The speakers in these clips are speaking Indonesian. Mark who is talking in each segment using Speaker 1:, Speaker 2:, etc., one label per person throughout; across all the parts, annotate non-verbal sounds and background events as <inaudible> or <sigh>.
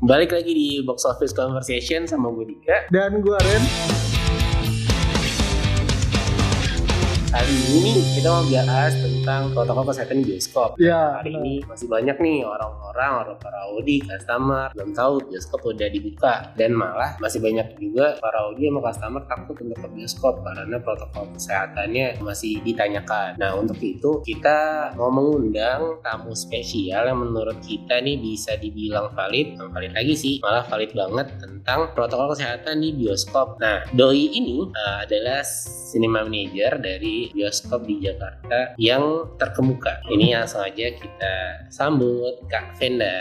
Speaker 1: Balik lagi di Box Office Conversation sama gue Dika.
Speaker 2: Dan gue Ren
Speaker 1: Kali ini kita mau bahas tentang protokol kesehatan di bioskop.
Speaker 2: Ya
Speaker 1: Hari ini masih banyak nih orang-orang, orang paraodi, customer belum tahu bioskop udah dibuka dan malah masih banyak juga paraodi sama customer takut untuk ke bioskop karena protokol kesehatannya masih ditanyakan. Nah untuk itu kita mau mengundang tamu spesial yang menurut kita nih bisa dibilang valid, bukan valid lagi sih, malah valid banget tentang protokol kesehatan di bioskop. Nah Doi ini eh, adalah cinema manager dari bioskop di Jakarta yang terkemuka. Ini yang sengaja kita sambut Kak Venda.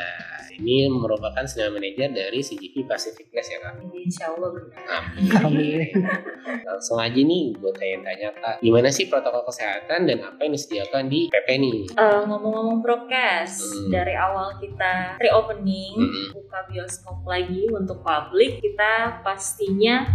Speaker 1: Ini merupakan cinema manager dari CGV Pacific Place ya Kak. Iya.
Speaker 3: Insya Allah benar.
Speaker 2: kami
Speaker 1: Langsung aja nih buat tanya-tanya Kak, gimana sih protokol kesehatan dan apa yang disediakan di PP nih?
Speaker 3: Eh, ngomong-ngomong prokes
Speaker 1: Hmm.
Speaker 3: dari awal kita reopening
Speaker 1: Mm-mm.
Speaker 3: buka bioskop lagi untuk publik kita pastinya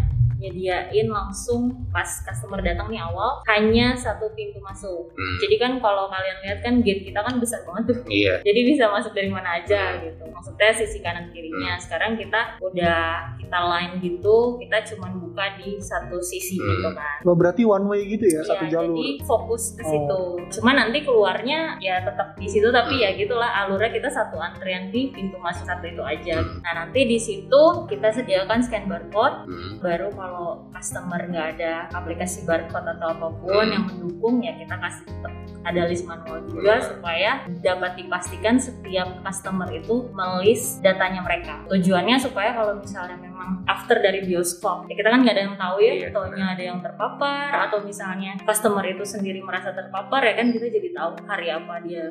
Speaker 3: nyediain langsung pas customer datang nih awal hanya satu pintu masuk
Speaker 1: Hmm,
Speaker 3: jadi kan kalau kalian lihat kan gate kita kan besar banget tuh <laughs>
Speaker 1: Iya.
Speaker 3: jadi bisa masuk dari mana
Speaker 1: Hmm.
Speaker 3: aja gitu maksudnya sisi kanan kirinya sekarang kita udah kita line gitu kita cuman buka di satu sisi
Speaker 1: Hmm.
Speaker 3: gitu kan
Speaker 2: Lo berarti one way gitu ya,
Speaker 3: Iya,
Speaker 2: satu jalur
Speaker 3: Jadi fokus ke situ. Cuma nanti keluarnya ya tetap di situ tapi ya gitulah alurnya kita satu antrian di pintu masuk satu itu aja.
Speaker 1: Hmm.
Speaker 3: Nah, nanti di situ kita sediakan scan barcode
Speaker 1: Hmm,
Speaker 3: baru kalau customer nggak ada aplikasi barcode atau apapun
Speaker 1: Hmm.
Speaker 3: yang mendukung ya kita kasih tetap ada list manual juga
Speaker 1: Benar.
Speaker 3: supaya dapat dipastikan setiap customer itu melis datanya mereka tujuannya supaya kalau misalnya memang after dari bioskop ya kita kan nggak ada yang tahu
Speaker 1: Iya,
Speaker 3: ya taunya ada yang terpapar atau misalnya customer itu sendiri merasa terpapar ya kan kita jadi tahu hari apa dia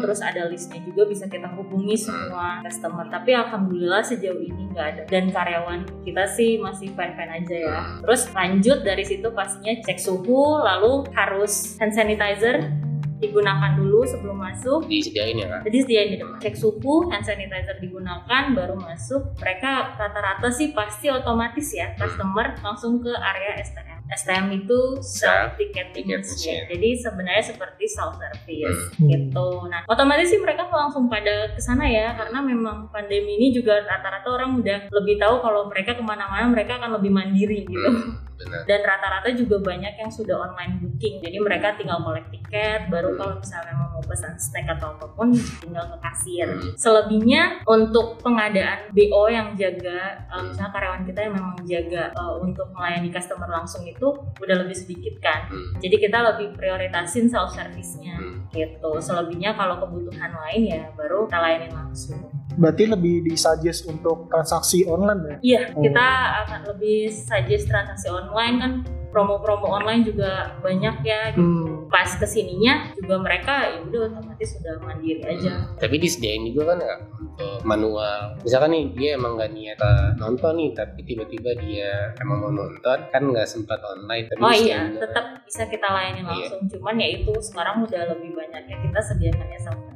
Speaker 1: Hmm.
Speaker 3: terus ada listnya juga bisa kita hubungi semua customer tapi alhamdulillah sejauh ini nggak ada dan karyawan kita sih masih fan-fan aja ya
Speaker 1: hmm.
Speaker 3: terus lanjut dari situ pastinya cek suhu lalu harus hand sanitizer digunakan dulu sebelum masuk
Speaker 1: Disediain ya Kak?
Speaker 3: jadi dia di depan cek suhu hand sanitizer digunakan baru masuk mereka rata-rata sih pasti otomatis
Speaker 1: Hmm.
Speaker 3: ya customer langsung ke area STM STM itu
Speaker 1: Self
Speaker 3: self ticketing
Speaker 1: ticket machine.
Speaker 3: machine. Jadi sebenarnya seperti self service
Speaker 1: Hmm.
Speaker 3: gitu. Nah, otomatis sih mereka langsung pada ke sana ya karena memang pandemi ini juga rata-rata orang udah lebih tahu kalau mereka kemana-mana mereka akan lebih mandiri gitu
Speaker 1: Hmm, Benar.
Speaker 3: dan rata-rata juga banyak yang sudah online booking jadi mereka tinggal collect tiket baru kalau misalnya memang mau pesan snack atau apapun tinggal ke kasir
Speaker 1: Hmm.
Speaker 3: selebihnya untuk pengadaan BO yang jaga eh, misalnya karyawan kita yang memang jaga eh, untuk melayani customer langsung itu udah lebih sedikit kan
Speaker 1: Hmm,
Speaker 3: jadi kita lebih prioritasin self service-nya
Speaker 1: hmm.
Speaker 3: gitu selebihnya kalau kebutuhan lain ya baru kita layanin langsung
Speaker 2: Berarti lebih disuggest untuk transaksi online ya
Speaker 3: Iya,
Speaker 2: Oh.
Speaker 3: kita akan lebih suggest transaksi online kan promo-promo online juga banyak ya. gitu.
Speaker 2: Hmm,
Speaker 3: Pas kesininya juga mereka ya udah otomatis sudah mandiri aja.
Speaker 1: Hmm. Tapi disediain juga kan Kak untuk manual. Misalkan nih dia emang gak niat eh, nonton nih, tapi tiba-tiba dia emang mau nonton kan nggak sempat online. Tapi
Speaker 3: Oh
Speaker 1: disediain
Speaker 3: iya,
Speaker 1: juga.
Speaker 3: tetap bisa kita
Speaker 1: Iya.
Speaker 3: layani langsung. Cuman ya itu sekarang udah lebih banyak ya kita sediakannya sama.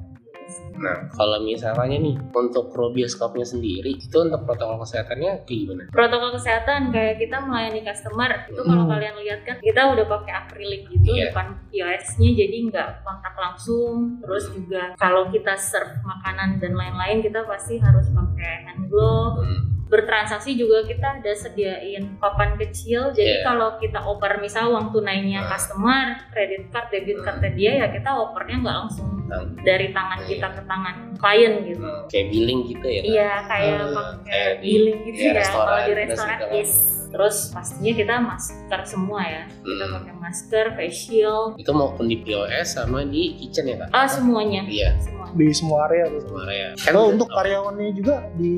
Speaker 1: Nah, kalau misalnya nih untuk pro bioskopnya sendiri itu untuk protokol kesehatannya kayak gimana?
Speaker 3: Protokol kesehatan kayak kita melayani customer itu kalau
Speaker 2: Hmm.
Speaker 3: kalian lihat kan kita udah pakai akrilik gitu
Speaker 1: Iya.
Speaker 3: depan kiosnya jadi nggak kontak langsung. Terus juga kalau kita serve makanan dan lain-lain kita pasti harus pakai hand glove
Speaker 1: Hmm,
Speaker 3: bertransaksi juga kita ada sediain papan kecil jadi
Speaker 1: Iya.
Speaker 3: kalau kita oper misal uang tunainya
Speaker 1: Hmm.
Speaker 3: customer kredit card debit
Speaker 1: Hmm.
Speaker 3: card ke dia ya kita opernya nggak langsung
Speaker 1: tentang
Speaker 3: dari tangan
Speaker 1: Iya.
Speaker 3: kita ke tangan klien gitu
Speaker 1: hmm, kayak billing gitu ya? Kak?
Speaker 3: iya kayak
Speaker 1: Hmm,
Speaker 3: pakai
Speaker 1: kayak di-
Speaker 3: billing gitu
Speaker 1: iya,
Speaker 3: ya
Speaker 1: restoran, kan.
Speaker 3: kalau di
Speaker 1: terus
Speaker 3: restoran
Speaker 1: segala.
Speaker 3: yes terus pastinya kita masker semua ya kita
Speaker 1: Hmm.
Speaker 3: pakai masker facial
Speaker 1: Itu maupun di POS sama di kitchen ya kak?
Speaker 3: ah semuanya
Speaker 1: Iya,
Speaker 3: semuanya
Speaker 2: di semua area tuh.
Speaker 1: sama area. Kan
Speaker 2: Kalau
Speaker 1: udah
Speaker 2: untuk
Speaker 1: tahu.
Speaker 2: karyawannya juga di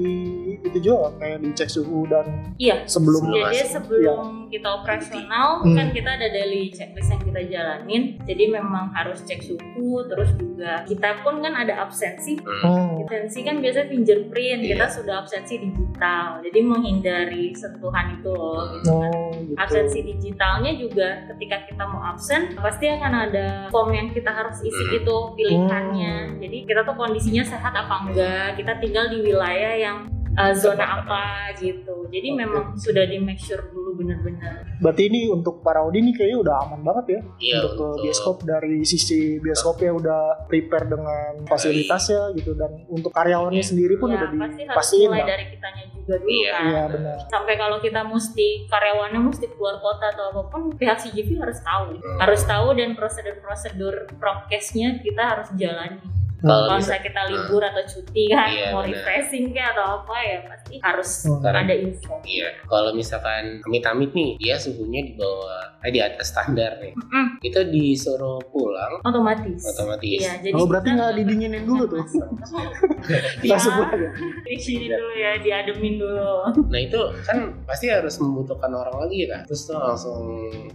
Speaker 2: itu juga kayak dicek suhu dan
Speaker 3: iya
Speaker 2: sebelum
Speaker 1: Sebelum
Speaker 2: Iya.
Speaker 3: Jadi
Speaker 1: masuk.
Speaker 3: sebelum kita operasional
Speaker 2: Hmm.
Speaker 3: kan kita ada daily checklist yang kita jalanin. Jadi memang harus cek suhu, terus juga kita pun kan ada absensi.
Speaker 1: Hmm,
Speaker 2: Hmm,
Speaker 3: Absensi kan biasa fingerprint,
Speaker 1: Iya.
Speaker 3: kita sudah absensi digital. Jadi menghindari sentuhan itu loh.
Speaker 1: hmm,
Speaker 2: oh, gitu.
Speaker 3: Absensi digitalnya juga ketika kita mau absen pasti akan ada form yang kita harus isi
Speaker 1: Hmm.
Speaker 3: gitu pilihannya.
Speaker 2: Hmm.
Speaker 3: Jadi kita tuh kondisinya sehat apa enggak, kita tinggal di wilayah yang eh, zona apa gitu. Jadi memang sudah di make sure dulu benar-benar.
Speaker 2: Berarti ini untuk Paraudi nih kayaknya udah aman banget ya
Speaker 1: Iya,
Speaker 2: untuk ke bioskop dari sisi bioskopnya udah prepare dengan fasilitasnya gitu dan untuk karyawannya
Speaker 1: Iya.
Speaker 2: sendiri pun
Speaker 3: Ya,
Speaker 2: udah
Speaker 3: pasti harus
Speaker 2: dipastiin
Speaker 3: mulai
Speaker 2: lah.
Speaker 3: dari kitanya juga dulu
Speaker 1: Iya.
Speaker 3: kan.
Speaker 2: Iya benar.
Speaker 3: Sampai kalau kita mesti karyawannya mesti keluar kota atau apapun pihak CGV harus tahu. Harus tahu dan prosedur-prosedur prokesnya kita harus jalani.
Speaker 1: Kalau
Speaker 3: Kalau
Speaker 1: bisa-
Speaker 3: misalnya kita libur atau cuti kan,
Speaker 1: Iya,
Speaker 3: mau
Speaker 1: benar. Oh,
Speaker 3: refreshing kayak atau apa ya pasti harus
Speaker 2: Hmm.
Speaker 3: ada info.
Speaker 1: Iya, kalau misalkan amit-amit nih, dia suhunya di bawah, eh, di atas standar nih.
Speaker 3: Mm-mm.
Speaker 1: Itu disuruh pulang
Speaker 3: Otomatis.
Speaker 1: otomatis.
Speaker 3: Iya, jadi
Speaker 2: Oh, berarti
Speaker 3: kita
Speaker 2: nggak didinginin dulu tuh?
Speaker 3: Masuk. <laughs>
Speaker 1: Iya.
Speaker 2: Langsung aja.
Speaker 3: Diisi dulu ya, diademin dulu.
Speaker 1: Nah itu kan pasti harus membutuhkan orang lagi kan. Terus tuh langsung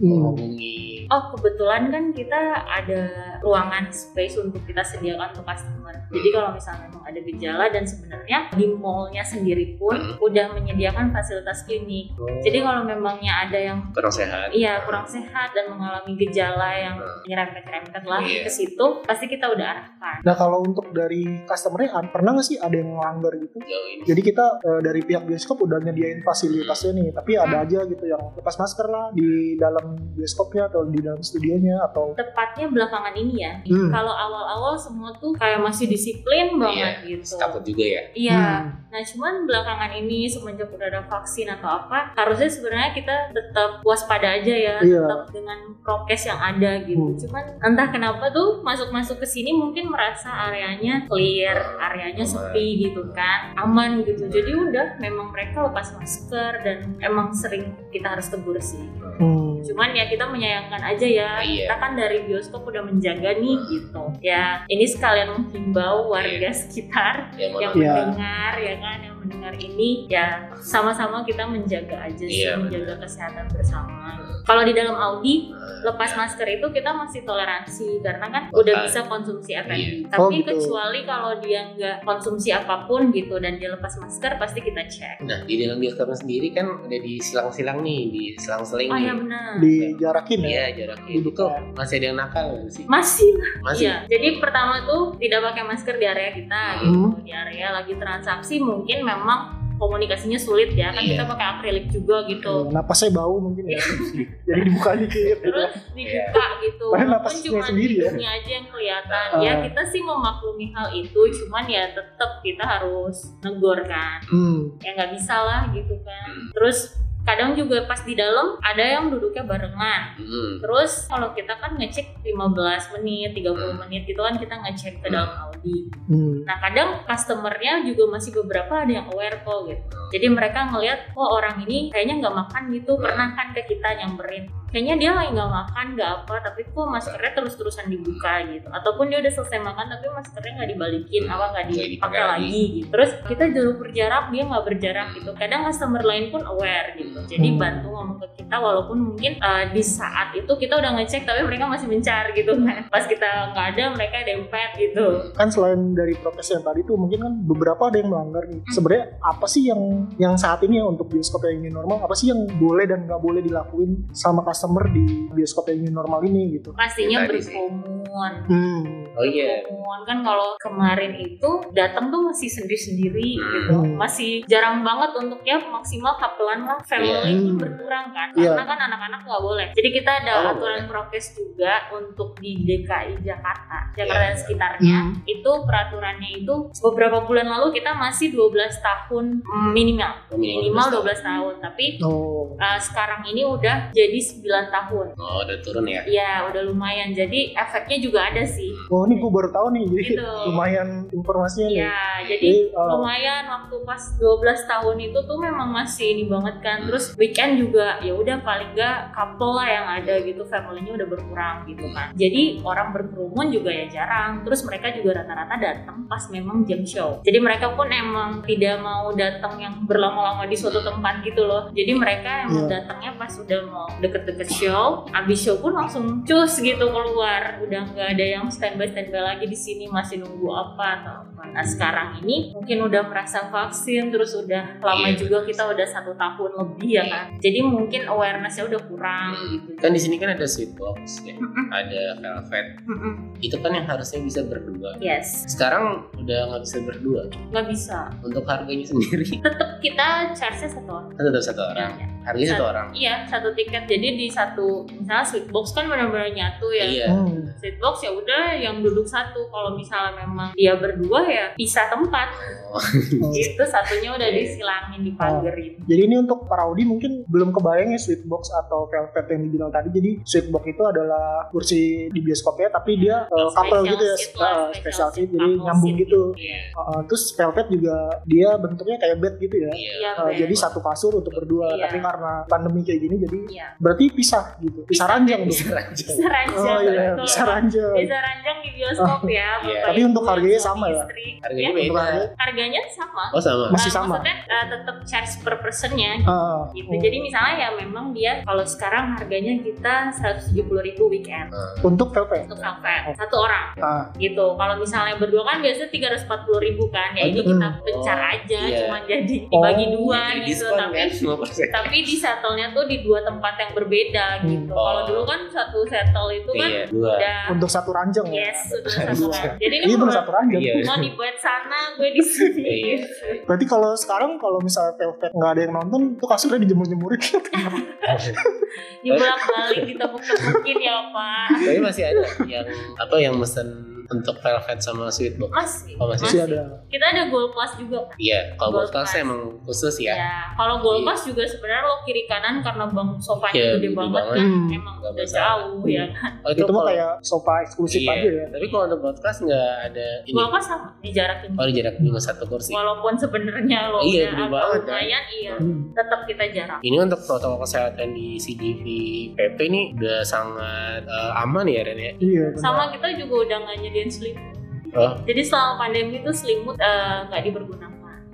Speaker 2: Hmm.
Speaker 1: menghubungi.
Speaker 3: Oh kebetulan kan kita ada ruangan space untuk kita sediakan untuk customer. Jadi kalau misalnya memang ada gejala dan sebenarnya di mallnya sendiri pun
Speaker 1: Hmm.
Speaker 3: udah menyediakan fasilitas klinik. Jadi kalau memangnya ada yang
Speaker 1: kurang sehat.
Speaker 3: Iya kurang sehat dan mengalami gejala yang nyerempet-nyerempet lah
Speaker 1: Iya.
Speaker 3: ke situ pasti kita udah arahkan.
Speaker 2: Nah kalau untuk dari customernya an- pernah nggak sih ada yang melanggar gitu?
Speaker 1: Jauh ini.
Speaker 2: Jadi kita eh, dari pihak bioskop udah nyediain fasilitasnya nih, tapi
Speaker 3: Hmm.
Speaker 2: ada aja gitu yang lepas masker lah di dalam bioskopnya atau di dalam studionya atau
Speaker 3: Tepatnya belakangan ini ya.
Speaker 2: Hmm.
Speaker 3: Kalau awal-awal semua tuh kayak masih disiplin banget gitu.
Speaker 1: Takut juga ya.
Speaker 3: Iya.
Speaker 2: Hmm.
Speaker 3: Nah, cuman belakangan ini semenjak udah ada vaksin atau apa, harusnya sebenarnya kita tetap waspada aja ya,
Speaker 2: Iya.
Speaker 3: tetap dengan prokes yang ada gitu.
Speaker 2: Hmm.
Speaker 3: Cuman entah kenapa tuh masuk-masuk ke sini mungkin merasa areanya clear, areanya sepi gitu kan, aman gitu. Jadi udah memang mereka lepas masker dan emang sering kita harus tegur sih.
Speaker 2: Hmm. Hmm.
Speaker 3: Cuman ya kita menyayangkan aja ya.
Speaker 1: Iya.
Speaker 3: Kita kan dari bioskop udah menjaga nih gitu. Ya, ini sekalian menghimbau warga sekitar
Speaker 1: Yang mau
Speaker 3: yang
Speaker 1: nonton.
Speaker 2: Iya.
Speaker 3: mendengar ya kan yang mendengar ini ya sama-sama kita menjaga aja sih
Speaker 1: Iya,
Speaker 3: menjaga kesehatan bersama kalau di dalam Audi
Speaker 1: Nah,
Speaker 3: lepas masker itu kita masih toleransi karena kan udah bisa konsumsi
Speaker 1: Iya.
Speaker 3: F&B
Speaker 2: Oh,
Speaker 3: tapi
Speaker 2: gitu.
Speaker 3: kecuali kalau dia nggak konsumsi apapun gitu dan dia lepas masker pasti kita cek
Speaker 1: Nah di dalam bioskopnya sendiri kan ada di silang-silang nih, di silang-seling.
Speaker 3: oh ya
Speaker 1: nih.
Speaker 3: benar
Speaker 2: Dijarakin ya.
Speaker 1: Iya jaraknya
Speaker 2: Di
Speaker 1: itu tuh
Speaker 2: depan.
Speaker 1: masih ada yang nakal nggak sih?
Speaker 3: masih lah.
Speaker 1: Masih.
Speaker 3: Iya. Jadi pertama tuh tidak pakai masker di area kita gitu.
Speaker 2: Hmm.
Speaker 3: Di area lagi transaksi mungkin memang komunikasinya sulit ya kan
Speaker 1: Iya.
Speaker 3: kita pakai akrilik juga
Speaker 2: Eh,
Speaker 3: gitu.
Speaker 2: Napasnya bau mungkin ya. <laughs> Jadi dibuka dikit gitu.
Speaker 3: Iya. terus dibuka gitu
Speaker 2: Padahal
Speaker 3: walaupun
Speaker 2: napasnya
Speaker 3: cuma
Speaker 2: sendiri ya.
Speaker 3: hidungnya aja yang kelihatan
Speaker 2: Ah.
Speaker 3: ya kita sih memaklumi hal itu cuman ya tetap kita harus negor kan
Speaker 2: Hmm.
Speaker 3: ya nggak bisa lah gitu kan terus kadang juga pas di dalam ada yang duduknya barengan
Speaker 1: Hmm.
Speaker 3: terus kalau kita kan ngecek 15 menit 30 menit gitu kan kita ngecek ke dalam Audi
Speaker 2: Hmm.
Speaker 3: Nah kadang customernya juga masih beberapa ada yang aware kok gitu. Jadi mereka ngelihat kok orang ini kayaknya nggak makan gitu pernah kan ke kita nyamperin. Kayaknya dia lagi nggak makan nggak apa tapi kok maskernya terus-terusan dibuka gitu. Ataupun dia udah selesai makan tapi maskernya nggak dibalikin apa nggak
Speaker 1: Nggak dipakai
Speaker 3: dipakai lagi
Speaker 1: lagi.
Speaker 3: gitu. Terus kita jauh berjarak dia nggak berjarak gitu. Kadang customer lain pun aware gitu. Jadi
Speaker 2: Hmm.
Speaker 3: bantu ngomong ke kita walaupun mungkin eh, di saat itu kita udah ngecek tapi mereka masih mencar gitu kan. Pas kita nggak ada mereka dempet gitu.
Speaker 2: Kan selain dari prokes yang tadi tuh mungkin kan beberapa ada yang melanggar nih. Sebenarnya apa sih yang yang saat ini ya untuk bioskop yang new normal apa sih yang boleh dan nggak boleh dilakuin sama customer di bioskop yang new normal ini gitu?
Speaker 3: pastinya
Speaker 1: Iya, Tadi sih.
Speaker 3: berkomun
Speaker 2: Hmm.
Speaker 1: Oh iya.
Speaker 3: berkomun kan kalau kemarin itu datang tuh masih sendiri-sendiri
Speaker 1: Hmm.
Speaker 3: gitu masih jarang banget untuk ya maksimal kapelan lah family
Speaker 2: Iya.
Speaker 3: pun berkurang kan
Speaker 2: Iya.
Speaker 3: karena kan anak-anak nggak boleh jadi kita ada
Speaker 1: Oh,
Speaker 3: aturan prokes juga untuk di DKI Jakarta Jakarta
Speaker 1: Iya.
Speaker 3: dan sekitarnya
Speaker 2: Hmm.
Speaker 3: itu peraturannya itu beberapa bulan lalu kita masih 12 tahun mm, minimal minimal 12 tahun tapi
Speaker 2: Oh.
Speaker 3: uh, sekarang ini udah jadi 9 tahun
Speaker 1: Oh udah turun ya.
Speaker 3: Iya, udah lumayan. Jadi efeknya juga ada sih.
Speaker 2: Oh ini gue baru tahu nih, jadi
Speaker 3: Gitu.
Speaker 2: lumayan informasinya nih.
Speaker 3: Iya, jadi
Speaker 2: eh,
Speaker 3: lumayan waktu pas 12 tahun itu tuh memang masih ini banget kan. Terus weekend juga ya udah paling nggak couple lah yang ada gitu, family-nya udah berkurang gitu kan. Jadi orang berkerumun juga ya jarang. Terus mereka juga rata-rata datang pas memang jam show. Jadi mereka pun emang tidak mau datang yang berlama-lama di suatu tempat gitu loh. Jadi mereka emang
Speaker 2: Iya.
Speaker 3: datangnya pas udah mau deket-deket show, abis show pun langsung cus gitu keluar. Udah nggak ada yang standby standby lagi di sini masih nunggu apa atau apa. Nah sekarang ini mungkin udah merasa vaksin terus udah lama
Speaker 1: Iya.
Speaker 3: juga kita udah satu tahun lebih
Speaker 2: Iya.
Speaker 3: ya kan. Jadi mungkin awarenessnya udah kurang gitu.
Speaker 1: Kan di sini kan ada sweet box ya,
Speaker 3: Mm-mm,
Speaker 1: ada velvet.
Speaker 3: mm-mm.
Speaker 1: Itu kan yang harusnya bisa berdua.
Speaker 3: Yes,
Speaker 1: Sekarang udah nggak bisa berdua.
Speaker 3: nggak bisa.
Speaker 1: Untuk harganya sendiri <laughs>
Speaker 3: Tetap kita charge-nya satu orang.
Speaker 1: kan tetap satu orang.
Speaker 3: Iya.
Speaker 1: Harganya satu orang.
Speaker 3: Iya, satu tiket. Jadi di satu misalnya sweet box kan benar-benar nyatu ya.
Speaker 1: Iya.
Speaker 2: Hmm.
Speaker 3: Sweet box ya udah yang duduk satu. Kalau misalnya memang dia berdua ya pisah tempat.
Speaker 1: Oh,
Speaker 3: Itu satunya
Speaker 2: Iya.
Speaker 3: udah disilangin dipagerin.
Speaker 2: hmm. Jadi ini untuk para Audi mungkin belum kebayang ya Sweetbox atau Velvet yang dibilang tadi. Jadi Sweetbox itu adalah kursi di bioskopnya tapi dia eh, couple gitu ya,
Speaker 3: seat lah,
Speaker 2: eh, special seat, jadi
Speaker 3: couple
Speaker 2: nyambung
Speaker 3: seat
Speaker 2: gitu.
Speaker 1: Iya.
Speaker 2: Eh, terus Velvet juga dia bentuknya kayak bed gitu ya.
Speaker 1: Iya.
Speaker 3: Iya,
Speaker 2: Eh,
Speaker 3: Ben.
Speaker 2: jadi satu kasur untuk berdua,
Speaker 3: Iya.
Speaker 2: tapi karena pandemi kayak gini jadi
Speaker 3: Iya.
Speaker 2: berarti pisah gitu. Pisah
Speaker 3: Pisah,
Speaker 2: ranjang
Speaker 3: iya.
Speaker 2: dong.
Speaker 1: Ranjang.
Speaker 3: Bisa ranjang.
Speaker 2: Oh iya,
Speaker 3: betul.
Speaker 2: pisah ranjang.
Speaker 3: Bisa ranjang di bioskop ya.
Speaker 1: Iya.
Speaker 3: Bapak,
Speaker 2: Tapi
Speaker 3: Ibu,
Speaker 2: untuk harganya
Speaker 3: suami,
Speaker 2: sama ya?
Speaker 3: istri.
Speaker 1: Harganya
Speaker 3: Ya,
Speaker 2: Untuk
Speaker 1: beda.
Speaker 2: harga,
Speaker 3: Harganya sama.
Speaker 1: Oh sama.
Speaker 2: Masih
Speaker 3: Eh,
Speaker 2: sama?
Speaker 3: Maksudnya eh, tetap charge per personnya
Speaker 2: ah,
Speaker 3: gitu.
Speaker 2: oh.
Speaker 3: Jadi misalnya ya memang dia kalau sekarang harganya kita 170.000 weekend
Speaker 1: Hmm.
Speaker 2: untuk Velvet.
Speaker 3: untuk velvet satu orang
Speaker 2: Ah,
Speaker 3: gitu. Kalau misalnya berdua kan biasanya 340.000 kan. Ya ini
Speaker 2: Hmm.
Speaker 3: kita pencar aja
Speaker 1: Iya.
Speaker 3: cuman jadi dibagi
Speaker 2: Oh,
Speaker 3: dua
Speaker 1: Jadi
Speaker 3: gitu
Speaker 1: diskon
Speaker 3: tapi <laughs>
Speaker 1: kan 5%.
Speaker 3: tapi di settle-nya tuh di dua tempat yang berbeda
Speaker 2: Hmm.
Speaker 3: gitu.
Speaker 1: Oh.
Speaker 3: Kalau dulu kan satu settle itu kan
Speaker 1: Iya, dua.
Speaker 3: udah
Speaker 2: untuk satu ranjang
Speaker 3: yes
Speaker 2: ya.
Speaker 3: sudah satu kan. Jadi ini
Speaker 2: Iya benar
Speaker 3: bener
Speaker 2: satu ranjang.
Speaker 1: Iya.
Speaker 3: mau dibuat sana, gue di sini.
Speaker 1: Iya.
Speaker 3: gitu.
Speaker 2: Berarti kalau sekarang kalau misalnya Velvet nggak ada yang nonton, tuh kasurnya dijemur-jemurin.
Speaker 3: <laughs> Dibolak-balik ditepuk-tepukin ya, Pak.
Speaker 1: Tapi masih ada yang apa yang mesen untuk velvet sama sweet box.
Speaker 3: Masih.
Speaker 1: Oh, masih.
Speaker 2: Masih ada.
Speaker 3: Kita ada gold plus juga, Pak.
Speaker 1: Iya, kalau buat
Speaker 3: Gold
Speaker 1: kelas
Speaker 3: class.
Speaker 1: emang khusus
Speaker 3: Ya.
Speaker 1: ya.
Speaker 3: Kalau gold plus juga sebenarnya lo kiri kanan karena bang sofanya
Speaker 1: Iya,
Speaker 3: gede
Speaker 1: gede
Speaker 3: banget
Speaker 1: banget.
Speaker 3: kan.
Speaker 2: Hmm.
Speaker 3: Emang
Speaker 1: Nggak
Speaker 3: udah
Speaker 1: masalah.
Speaker 3: jauh ya.
Speaker 1: Oh,
Speaker 2: itu mah
Speaker 1: kalau-
Speaker 2: kayak sofa eksklusif
Speaker 1: Iya.
Speaker 2: aja ya.
Speaker 1: Tapi kalau untuk buat kelas nggak ada ini.
Speaker 3: Gold plus sama dijarakin.
Speaker 1: Oh, jarak juga satu kursi.
Speaker 3: Walaupun sebenarnya lo
Speaker 1: Iya, gede
Speaker 3: udah agak
Speaker 1: banget, kan.
Speaker 3: lumayan, iya.
Speaker 2: Hmm.
Speaker 3: Tetap kita jarak.
Speaker 1: Ini untuk protokol kesehatan di CGV PP ini udah sangat eh, aman ya Ren ya.
Speaker 2: Iya. benar.
Speaker 3: Sama kita juga udah nggak nyediain selimut.
Speaker 1: Oh,
Speaker 3: Jadi selama pandemi itu selimut eh, nggak dipergunakan.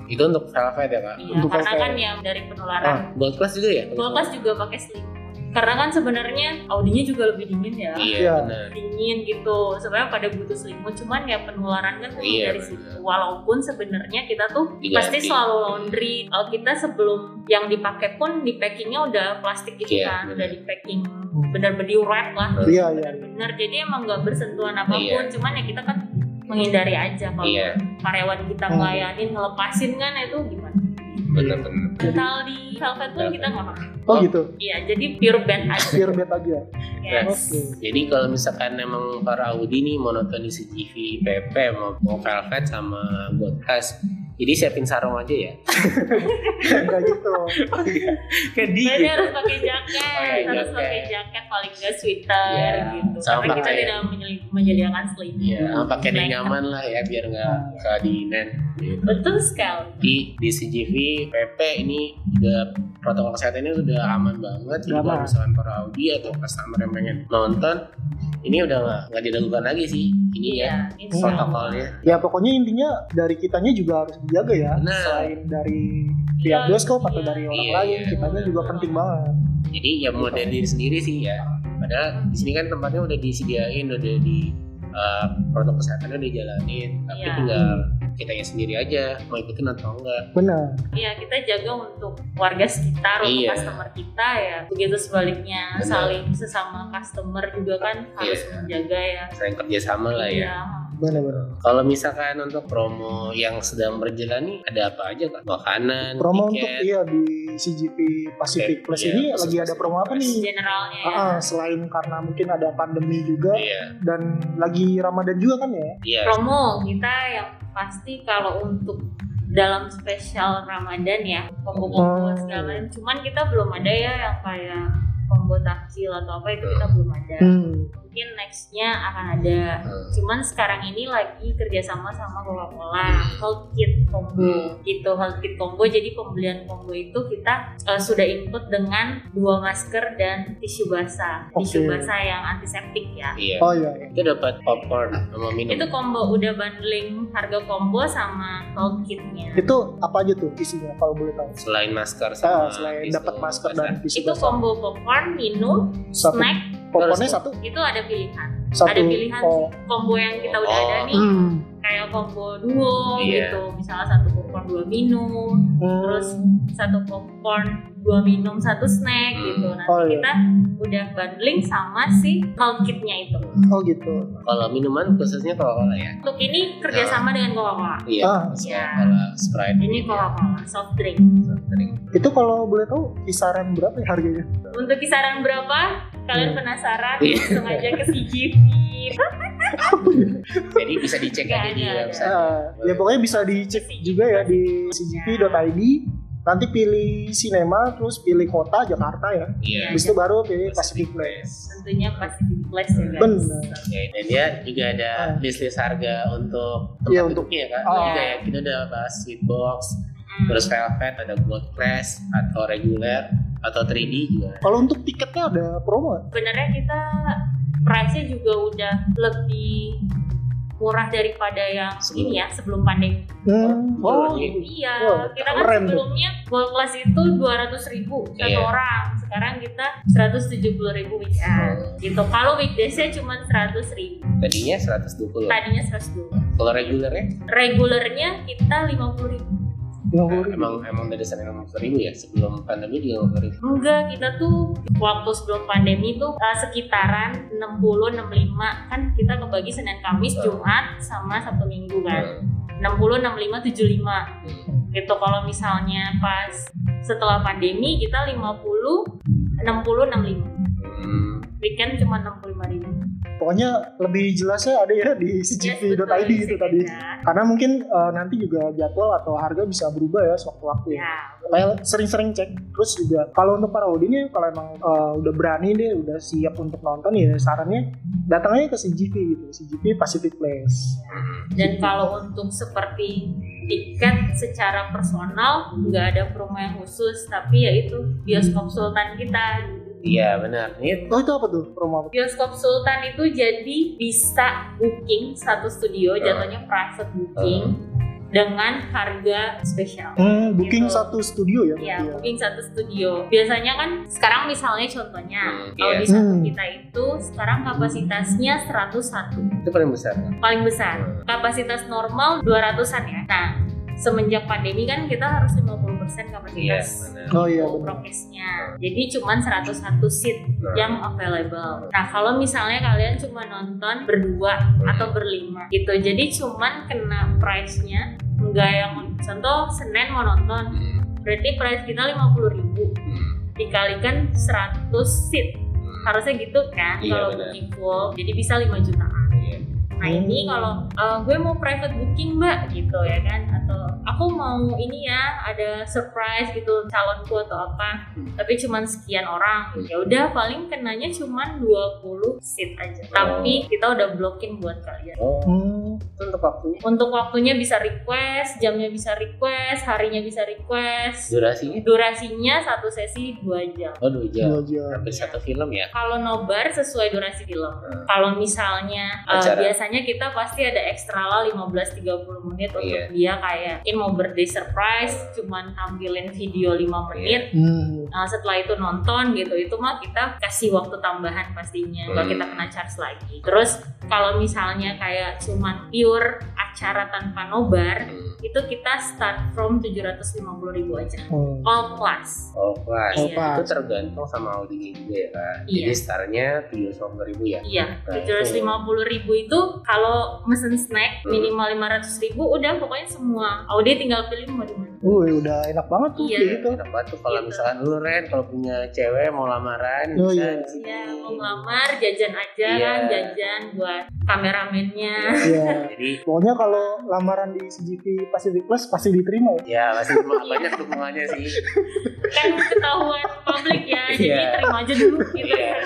Speaker 1: itu untuk velvet ya kak.
Speaker 3: Iya,
Speaker 2: Untuk
Speaker 3: karena
Speaker 2: apa?
Speaker 3: kan yang dari
Speaker 1: Ah,
Speaker 3: penularan.
Speaker 1: buat kelas juga ya?
Speaker 3: Kulkas juga pakai selimut. Karena kan sebenarnya audinya juga lebih dingin ya.
Speaker 1: Iya
Speaker 2: Iya.
Speaker 1: benar.
Speaker 3: dingin gitu sebenarnya pada butuh selimut cuman ya penularan kan memang
Speaker 1: Iya,
Speaker 3: dari
Speaker 1: benar.
Speaker 3: situ walaupun sebenarnya kita tuh
Speaker 1: Diganti.
Speaker 3: pasti selalu laundry kalau kita sebelum yang dipakai pun di packingnya udah plastik gitu
Speaker 1: Iya,
Speaker 3: kan
Speaker 1: benar.
Speaker 3: udah di packing bener-bener di wrap lah
Speaker 1: Hmm.
Speaker 2: Hmm. Iya, iya.
Speaker 3: bener-bener jadi emang nggak bersentuhan apapun cuman ya kita kan menghindari aja kalau
Speaker 1: Iya.
Speaker 3: karyawan kita
Speaker 2: Hmm.
Speaker 3: ngelayanin ngelepasin kan itu gimana
Speaker 1: Benar-benar.
Speaker 3: mental di velvet pun
Speaker 1: Velvet. kita
Speaker 3: kita nggak pakai
Speaker 2: Oh gitu.
Speaker 3: iya jadi pure band
Speaker 1: Oh.
Speaker 3: aja
Speaker 2: Biar bed aja.
Speaker 3: yes.
Speaker 2: Oke.
Speaker 1: Jadi kalau misalkan emang para Audi nih mau nonton di CGV PP mau, mau velvet sama podcast jadi siapin sarung aja ya.
Speaker 2: Enggak gitu.
Speaker 1: Kayak di
Speaker 3: Berarti
Speaker 1: gitu.
Speaker 3: harus pakai jaket,
Speaker 1: Pakai
Speaker 3: harus
Speaker 1: jaket.
Speaker 3: pakai jaket paling nggak sweater
Speaker 1: Iya,
Speaker 3: gitu.
Speaker 1: sama
Speaker 3: Karena kita
Speaker 1: pakai-
Speaker 3: tidak menyeli- menyediakan sling.
Speaker 1: Iya, pakai yang nyaman lah ya biar nggak keadinan. Gitu.
Speaker 3: Betul sekali.
Speaker 1: di di CGV PP ini udah protokol kesehatannya udah aman banget jadi
Speaker 2: Aman.
Speaker 1: kalau misalkan para Audi atau customer yang pengen nonton ini udah nggak nggak dilakukan lagi sih ini ya
Speaker 3: Iya, insya Allah.
Speaker 1: protokolnya
Speaker 2: Ya pokoknya intinya dari kitanya juga harus dijaga ya.
Speaker 1: Benar.
Speaker 2: Selain dari
Speaker 3: Iya,
Speaker 2: pihak bioskop atau
Speaker 3: iya.
Speaker 2: dari orang
Speaker 1: Iya,
Speaker 2: lain,
Speaker 1: iya.
Speaker 2: kitanya juga penting banget.
Speaker 1: jadi ya mau dari diri sendiri sih ya padahal di sini kan tempatnya udah disediain udah di eh, protokol kesehatannya udah dijalanin tapi
Speaker 3: Iya.
Speaker 1: tinggal kitanya sendiri aja mau ikutin atau enggak
Speaker 2: Benar.
Speaker 3: Iya, kita jaga untuk warga sekitar, untuk
Speaker 1: Iya.
Speaker 3: customer kita ya. Begitu sebaliknya,
Speaker 1: Benar.
Speaker 3: saling sesama customer juga kan harus
Speaker 1: Iya.
Speaker 3: menjaga ya.
Speaker 1: sering kerja sama lah ya
Speaker 3: Iya.
Speaker 2: Benar benar.
Speaker 1: kalau misalkan untuk promo yang sedang berjalan nih ada apa aja kan makanan
Speaker 2: Promo untuk
Speaker 1: tiket
Speaker 2: iya di CGP Pacific
Speaker 1: Oke,
Speaker 2: Plus
Speaker 1: iya,
Speaker 2: ini
Speaker 1: Pacific
Speaker 2: lagi ada promo apa
Speaker 1: Plus.
Speaker 2: nih?
Speaker 3: Generalnya ya.
Speaker 2: Ah, ah, selain karena mungkin ada pandemi juga
Speaker 1: iya
Speaker 2: dan lagi Ramadan juga kan ya?
Speaker 1: iya
Speaker 3: promo kita yang pasti kalau untuk dalam spesial Ramadan ya
Speaker 2: Oh.
Speaker 3: kombo-kombo segala macam. cuman kita belum ada ya yang kayak combo takjil atau apa itu kita belum ada
Speaker 2: Hmm.
Speaker 3: mungkin nextnya akan ada
Speaker 1: Hmm.
Speaker 3: cuman sekarang ini lagi kerjasama sama Coca-Cola Health Kit
Speaker 2: Hmm.
Speaker 3: Combo gitu Health Kit Combo jadi pembelian combo itu kita eh, sudah input dengan dua masker dan tisu basah tisu
Speaker 2: Oke.
Speaker 3: basah yang antiseptik ya
Speaker 1: Iya.
Speaker 2: Oh iya. iya.
Speaker 1: Kita dapat popcorn sama minum.
Speaker 3: itu combo udah bundling harga combo sama tool kitnya
Speaker 2: Itu apa aja tuh isinya kalau boleh tahu?
Speaker 1: selain masker
Speaker 2: Ah,
Speaker 1: sama
Speaker 2: selain
Speaker 1: tisu
Speaker 2: dapat masker dan tisu
Speaker 3: itu
Speaker 2: basah.
Speaker 3: combo popcorn minum
Speaker 2: satu
Speaker 3: snack
Speaker 2: popcornnya satu
Speaker 3: itu ada pilihan
Speaker 2: satu
Speaker 3: Ada pilihan
Speaker 2: oh,
Speaker 3: combo yang kita udah ada nih
Speaker 2: hmm,
Speaker 3: kayak combo duo
Speaker 1: Iya.
Speaker 3: gitu misalnya satu popcorn dua minum
Speaker 2: hmm,
Speaker 3: Terus, satu popcorn dua minum satu snack
Speaker 1: Hmm.
Speaker 3: gitu nanti
Speaker 2: Oh, iya.
Speaker 3: kita udah bundling sama si meal kitnya itu
Speaker 2: oh gitu
Speaker 1: Kalau minuman khususnya Coca-Cola ya.
Speaker 3: untuk ini
Speaker 2: Ya.
Speaker 3: kerjasama dengan Coca-Cola
Speaker 1: Iya.
Speaker 2: Ah.
Speaker 1: So,
Speaker 3: Iya.
Speaker 1: Coca-Cola Sprite.
Speaker 3: ini
Speaker 2: Iya.
Speaker 3: Coca-Cola soft drink
Speaker 1: soft drink.
Speaker 2: itu kalau boleh tahu kisaran berapa ya harganya
Speaker 3: untuk kisaran berapa kalian
Speaker 2: Iya.
Speaker 3: penasaran
Speaker 1: Iya.
Speaker 3: sengaja ke CGV
Speaker 1: Jadi bisa dicek
Speaker 3: Nggak
Speaker 1: aja di
Speaker 3: ada,
Speaker 1: website.
Speaker 2: Ah, ya pokoknya bisa dicek juga ya di cgv.id nanti pilih sinema terus pilih kota Jakarta ya
Speaker 1: Iya.
Speaker 2: habis itu baru pilih Pacific Place
Speaker 3: tentunya pasti di place ya guys
Speaker 2: benar
Speaker 1: Oke, Iya, dan dia juga ada
Speaker 2: Ah.
Speaker 1: bisnis harga untuk tempat
Speaker 2: Iya, untuk-
Speaker 1: duduknya kan.
Speaker 2: Oh.
Speaker 1: Juga ya, kita udah bahas Sweetbox,
Speaker 3: Hmm.
Speaker 1: terus Velvet, ada Gold Class, atau Regular, atau 3D juga.
Speaker 2: kalau untuk tiketnya ada promo nggak?
Speaker 3: sebenarnya kita price-nya juga udah lebih murah daripada yang
Speaker 1: Sebelum.
Speaker 3: ini ya sebelum pandemi
Speaker 2: hmm,
Speaker 1: Oh,
Speaker 2: oh
Speaker 1: gitu.
Speaker 3: Iya,
Speaker 2: Wah,
Speaker 3: kita kan
Speaker 2: keren tuh.
Speaker 3: sebelumnya gold class itu 200 ribu satu
Speaker 1: Iya.
Speaker 3: orang. Sekarang kita 170 ribu weekend.
Speaker 1: Hmm.
Speaker 3: Gitu. Kalau weekdaysnya cuma 100 ribu.
Speaker 1: Tadinya 120.
Speaker 3: Tadinya 120.
Speaker 1: Kalau regulernya
Speaker 3: Regulernya kita 50 ribu.
Speaker 2: nggak
Speaker 1: Nah,
Speaker 2: worry.
Speaker 1: emang emang dari sana emang ribu ya sebelum pandemi juga lima ribu.
Speaker 3: Enggak, kita tuh waktu sebelum pandemi tuh eh, sekitaran 60-65 kan kita kebagi Senin Kamis,
Speaker 2: Iya.
Speaker 1: Hmm.
Speaker 3: Jumat sama Sabtu Minggu kan.
Speaker 1: Hmm.
Speaker 3: 60, 65, 75.
Speaker 1: Hmm.
Speaker 3: gitu kalau misalnya pas setelah pandemi kita 50 60 65
Speaker 1: Hmm.
Speaker 3: weekend cuma 65 ribu
Speaker 2: pokoknya lebih jelasnya ada ya di cgv.id itu tadi
Speaker 3: kan.
Speaker 2: karena mungkin eh, nanti juga jadwal atau harga bisa berubah ya sewaktu-waktu ya.
Speaker 3: ya
Speaker 2: Makanya sering-sering cek terus juga kalau untuk para audinya kalau emang eh, udah berani deh udah siap untuk nonton ya sarannya datangnya ke CGV gitu CGV Pacific Place
Speaker 1: Hmm.
Speaker 3: dan kalau untuk seperti tiket secara personal nggak ada promo yang khusus tapi yaitu bioskop Sultan kita
Speaker 1: Iya benar. Ini
Speaker 2: oh itu apa tuh promo apa?
Speaker 3: bioskop Sultan itu jadi bisa booking satu studio jatuhnya private booking dengan harga spesial
Speaker 2: Hmm, booking
Speaker 3: Gitu.
Speaker 2: satu studio ya
Speaker 3: Iya,
Speaker 2: berarti ya?
Speaker 3: booking satu studio. Biasanya kan sekarang misalnya contohnya
Speaker 1: Hmm,
Speaker 3: Nah, kalau
Speaker 1: iya.
Speaker 3: di satu
Speaker 2: Hmm.
Speaker 3: kita itu sekarang kapasitasnya 101
Speaker 1: itu paling besar. kan?
Speaker 3: paling besar. Kapasitas normal 200-an ya. Nah, semenjak pandemi kan kita harus 50%
Speaker 1: Iya
Speaker 3: kapasitas.
Speaker 1: benar.
Speaker 2: oh iya
Speaker 3: untuk
Speaker 2: benar
Speaker 3: prokesnya. Jadi cuman 101 seat
Speaker 1: Nah,
Speaker 3: yang available. Nah, kalau misalnya kalian cuma nonton berdua
Speaker 1: Hmm.
Speaker 3: atau berlima gitu. Jadi cuman kena price-nya enggak yang contoh Senin mau nonton
Speaker 1: Hmm.
Speaker 3: berarti price kita 50.000 ribu
Speaker 1: Hmm.
Speaker 3: dikalikan 100 seat harusnya gitu kan
Speaker 1: Iya,
Speaker 3: kalau
Speaker 1: benar.
Speaker 3: booking full jadi bisa 5 jutaan
Speaker 1: Iya.
Speaker 3: nah ini kalau "Eh, gue mau private booking mbak gitu ya kan atau aku mau ini ya ada surprise gitu calonku atau apa
Speaker 1: Hmm.
Speaker 3: tapi cuman sekian orang
Speaker 1: Hmm.
Speaker 3: ya udah paling kenanya cuman 20 seat aja tapi kita udah blocking buat kalian
Speaker 1: Oh,
Speaker 2: hmm,
Speaker 1: itu untuk waktunya.
Speaker 3: untuk waktunya bisa request jamnya bisa request harinya bisa request
Speaker 1: Durasinya?
Speaker 3: durasinya satu sesi dua jam
Speaker 1: Oh dua jam.
Speaker 2: dua jam
Speaker 1: Hampir satu film ya.
Speaker 3: kalau nobar sesuai durasi film
Speaker 1: Hmm.
Speaker 3: kalau misalnya uh,
Speaker 1: Acara.
Speaker 3: biasanya kita pasti ada ekstra lah 15-30 menit untuk
Speaker 1: Iya.
Speaker 3: dia kayak mungkin mau birthday surprise cuman tampilin video
Speaker 1: Iya.
Speaker 3: 5 menit
Speaker 2: hmm.
Speaker 3: Nah, setelah itu nonton gitu itu mah kita kasih waktu tambahan pastinya nggak
Speaker 1: Hmm.
Speaker 3: kita kena charge lagi terus kalau misalnya kayak cuman pure acara tanpa nobar
Speaker 1: Hmm.
Speaker 3: itu kita start from 750 ribu aja
Speaker 2: Hmm.
Speaker 3: all plus
Speaker 1: Oh kelas.
Speaker 3: Iya.
Speaker 1: Itu tergantung sama audinya juga ya kan.
Speaker 3: Iya.
Speaker 1: Jadi startnya tujuh ratus ribu ya.
Speaker 3: Iya,
Speaker 1: Nah,
Speaker 3: tujuh ratus lima puluh ribu itu kalau mesen snack
Speaker 1: Hmm.
Speaker 3: minimal lima ratus ribu udah pokoknya semua. Audi tinggal pilih mau di mana.
Speaker 2: Wih, udah enak banget tuh
Speaker 3: Iya.
Speaker 2: kayak gitu
Speaker 1: Enak banget tuh kalau
Speaker 3: Gitu.
Speaker 1: misalkan lu Ren kalau punya cewek mau lamaran
Speaker 2: Oh,
Speaker 1: bisa
Speaker 2: iya.
Speaker 1: di sini.
Speaker 3: Iya, mau ngelamar jajan aja, kan,
Speaker 1: Iya.
Speaker 3: jajan buat kameramennya.
Speaker 2: Iya.
Speaker 1: Jadi
Speaker 2: pokoknya kalau lamaran di CGV Pacific Place pasti diterima ya
Speaker 1: ya masih dukung- banyak dukungannya sih.
Speaker 3: <laughs> Kan ketahuan publik ya, jadi
Speaker 1: Iya.
Speaker 3: terima aja dulu gitu.
Speaker 1: Iya.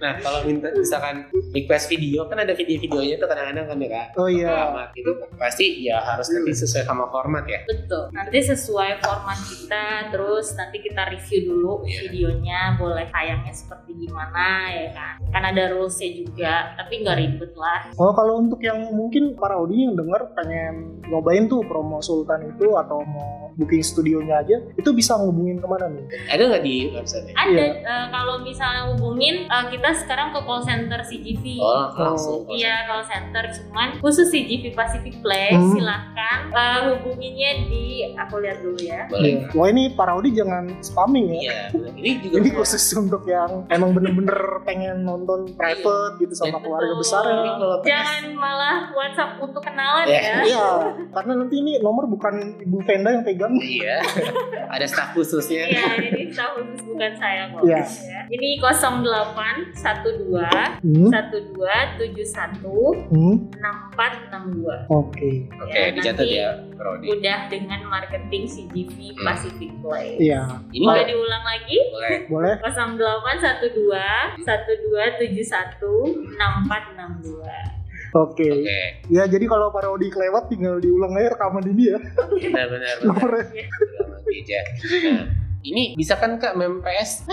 Speaker 1: Nah kalau minta misalkan request video kan ada video-videonya tuh kadang-kadang kan ya kak.
Speaker 2: oh iya Hmm.
Speaker 1: Lama itu pasti ya harus nanti sesuai sama format ya.
Speaker 3: Betul. Nanti sesuai format kita, terus nanti kita review dulu
Speaker 1: Iya.
Speaker 3: videonya, boleh tayangnya seperti gimana ya kan. Kan ada rulesnya juga, tapi nggak ribet lah.
Speaker 2: Oh kalau untuk yang mungkin para Audi yang dengar pengen nyobain tuh promo Sultan itu atau mau booking studionya aja itu bisa ngubungin kemana nih?
Speaker 1: Ada nggak di website?
Speaker 3: Ada
Speaker 2: Iya.
Speaker 3: eh, kalau misalnya hubungin eh, kita kita sekarang ke call center CGV.
Speaker 1: Oh, langsung.
Speaker 3: Iya call center cuman khusus CGV Pacific Place
Speaker 2: Hmm.
Speaker 3: silahkan eh, hubunginya di aku lihat dulu ya.
Speaker 1: Boleh.
Speaker 2: Wah ini para Audi jangan spamming ya.
Speaker 1: Iya, bener. ini juga
Speaker 2: Ini khusus untuk yang emang bener-bener pengen nonton private gitu sama
Speaker 1: Betul.
Speaker 2: keluarga besar ya.
Speaker 1: Ini kalau
Speaker 3: Jangan malah WhatsApp untuk kenalan
Speaker 1: Iya.
Speaker 3: ya.
Speaker 2: Iya, karena nanti ini nomor bukan Ibu Venda yang pegang.
Speaker 1: Iya. <laughs> Ada staf khususnya.
Speaker 3: Iya, ini staff khusus bukan saya kok.
Speaker 2: Iya.
Speaker 3: Ya. Ini 08 12
Speaker 2: Hmm,
Speaker 3: 12 71
Speaker 2: hmm,
Speaker 3: 6462.
Speaker 2: Oke,
Speaker 1: Oke,
Speaker 3: Ya,
Speaker 1: dicatat
Speaker 3: nanti-
Speaker 1: ya, Rodi.
Speaker 3: Udah dengan marketing CGV
Speaker 1: Hmm.
Speaker 3: Pacific Place.
Speaker 2: iya
Speaker 1: Ini
Speaker 3: Boleh
Speaker 1: nggak
Speaker 3: diulang lagi?
Speaker 1: boleh.
Speaker 3: 0812
Speaker 2: boleh.
Speaker 3: 1271 6462
Speaker 2: Oke,
Speaker 1: Oke,
Speaker 2: ya jadi kalau para Audi kelewat tinggal diulang aja rekaman ini ya.
Speaker 1: benar-benar.
Speaker 3: <laughs>
Speaker 2: Nomornya.
Speaker 1: Nah, ini bisa kan kak mem PS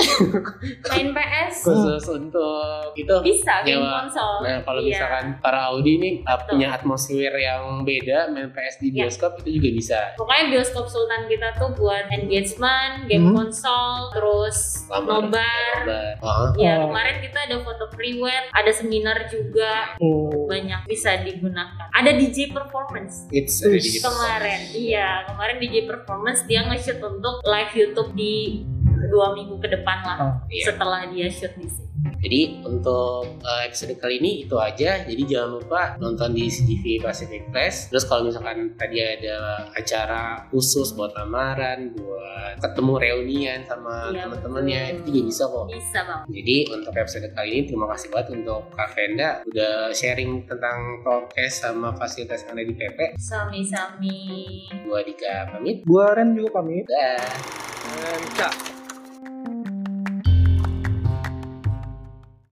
Speaker 3: Main PS
Speaker 1: khusus untuk itu?
Speaker 3: bisa game
Speaker 1: Nyewa.
Speaker 3: konsol.
Speaker 1: Nah kalau
Speaker 3: Iya.
Speaker 1: misalkan para Audi ini uh, punya atmosfer yang beda main PS di
Speaker 3: Iya.
Speaker 1: bioskop itu juga bisa.
Speaker 3: Pokoknya bioskop Sultan kita tuh buat engagement, game
Speaker 2: Hmm.
Speaker 3: konsol, terus
Speaker 1: Lamar.
Speaker 3: nobar.
Speaker 1: Oh,
Speaker 3: Ya
Speaker 2: Oh.
Speaker 3: kemarin kita ada foto pre-wed, ada seminar juga
Speaker 2: Oh,
Speaker 3: banyak bisa digunakan. Ada DJ performance.
Speaker 1: it's gitu. ada di
Speaker 2: Ih,
Speaker 1: Jepang.
Speaker 3: kemarin iya kemarin DJ performance dia nge-shoot untuk live YouTube di dua minggu ke depan lah
Speaker 2: Oh,
Speaker 1: iya.
Speaker 3: setelah dia shoot di sini
Speaker 1: Jadi untuk uh, episode kali ini itu aja. Jadi jangan lupa nonton di CGV Pacific Place. Terus kalau misalkan tadi ada acara khusus buat lamaran, buat ketemu reunian sama
Speaker 3: Iya,
Speaker 1: teman-temannya
Speaker 3: betul.
Speaker 1: itu juga bisa kok.
Speaker 3: bisa bang
Speaker 1: Jadi untuk episode kali ini terima kasih banget untuk Kak Venda udah sharing tentang prokes sama fasilitas yang ada di PP.
Speaker 3: sami-sami
Speaker 1: Gua Dika pamit.
Speaker 2: gua Ren juga pamit.
Speaker 1: Dah.
Speaker 2: Ren, Kak.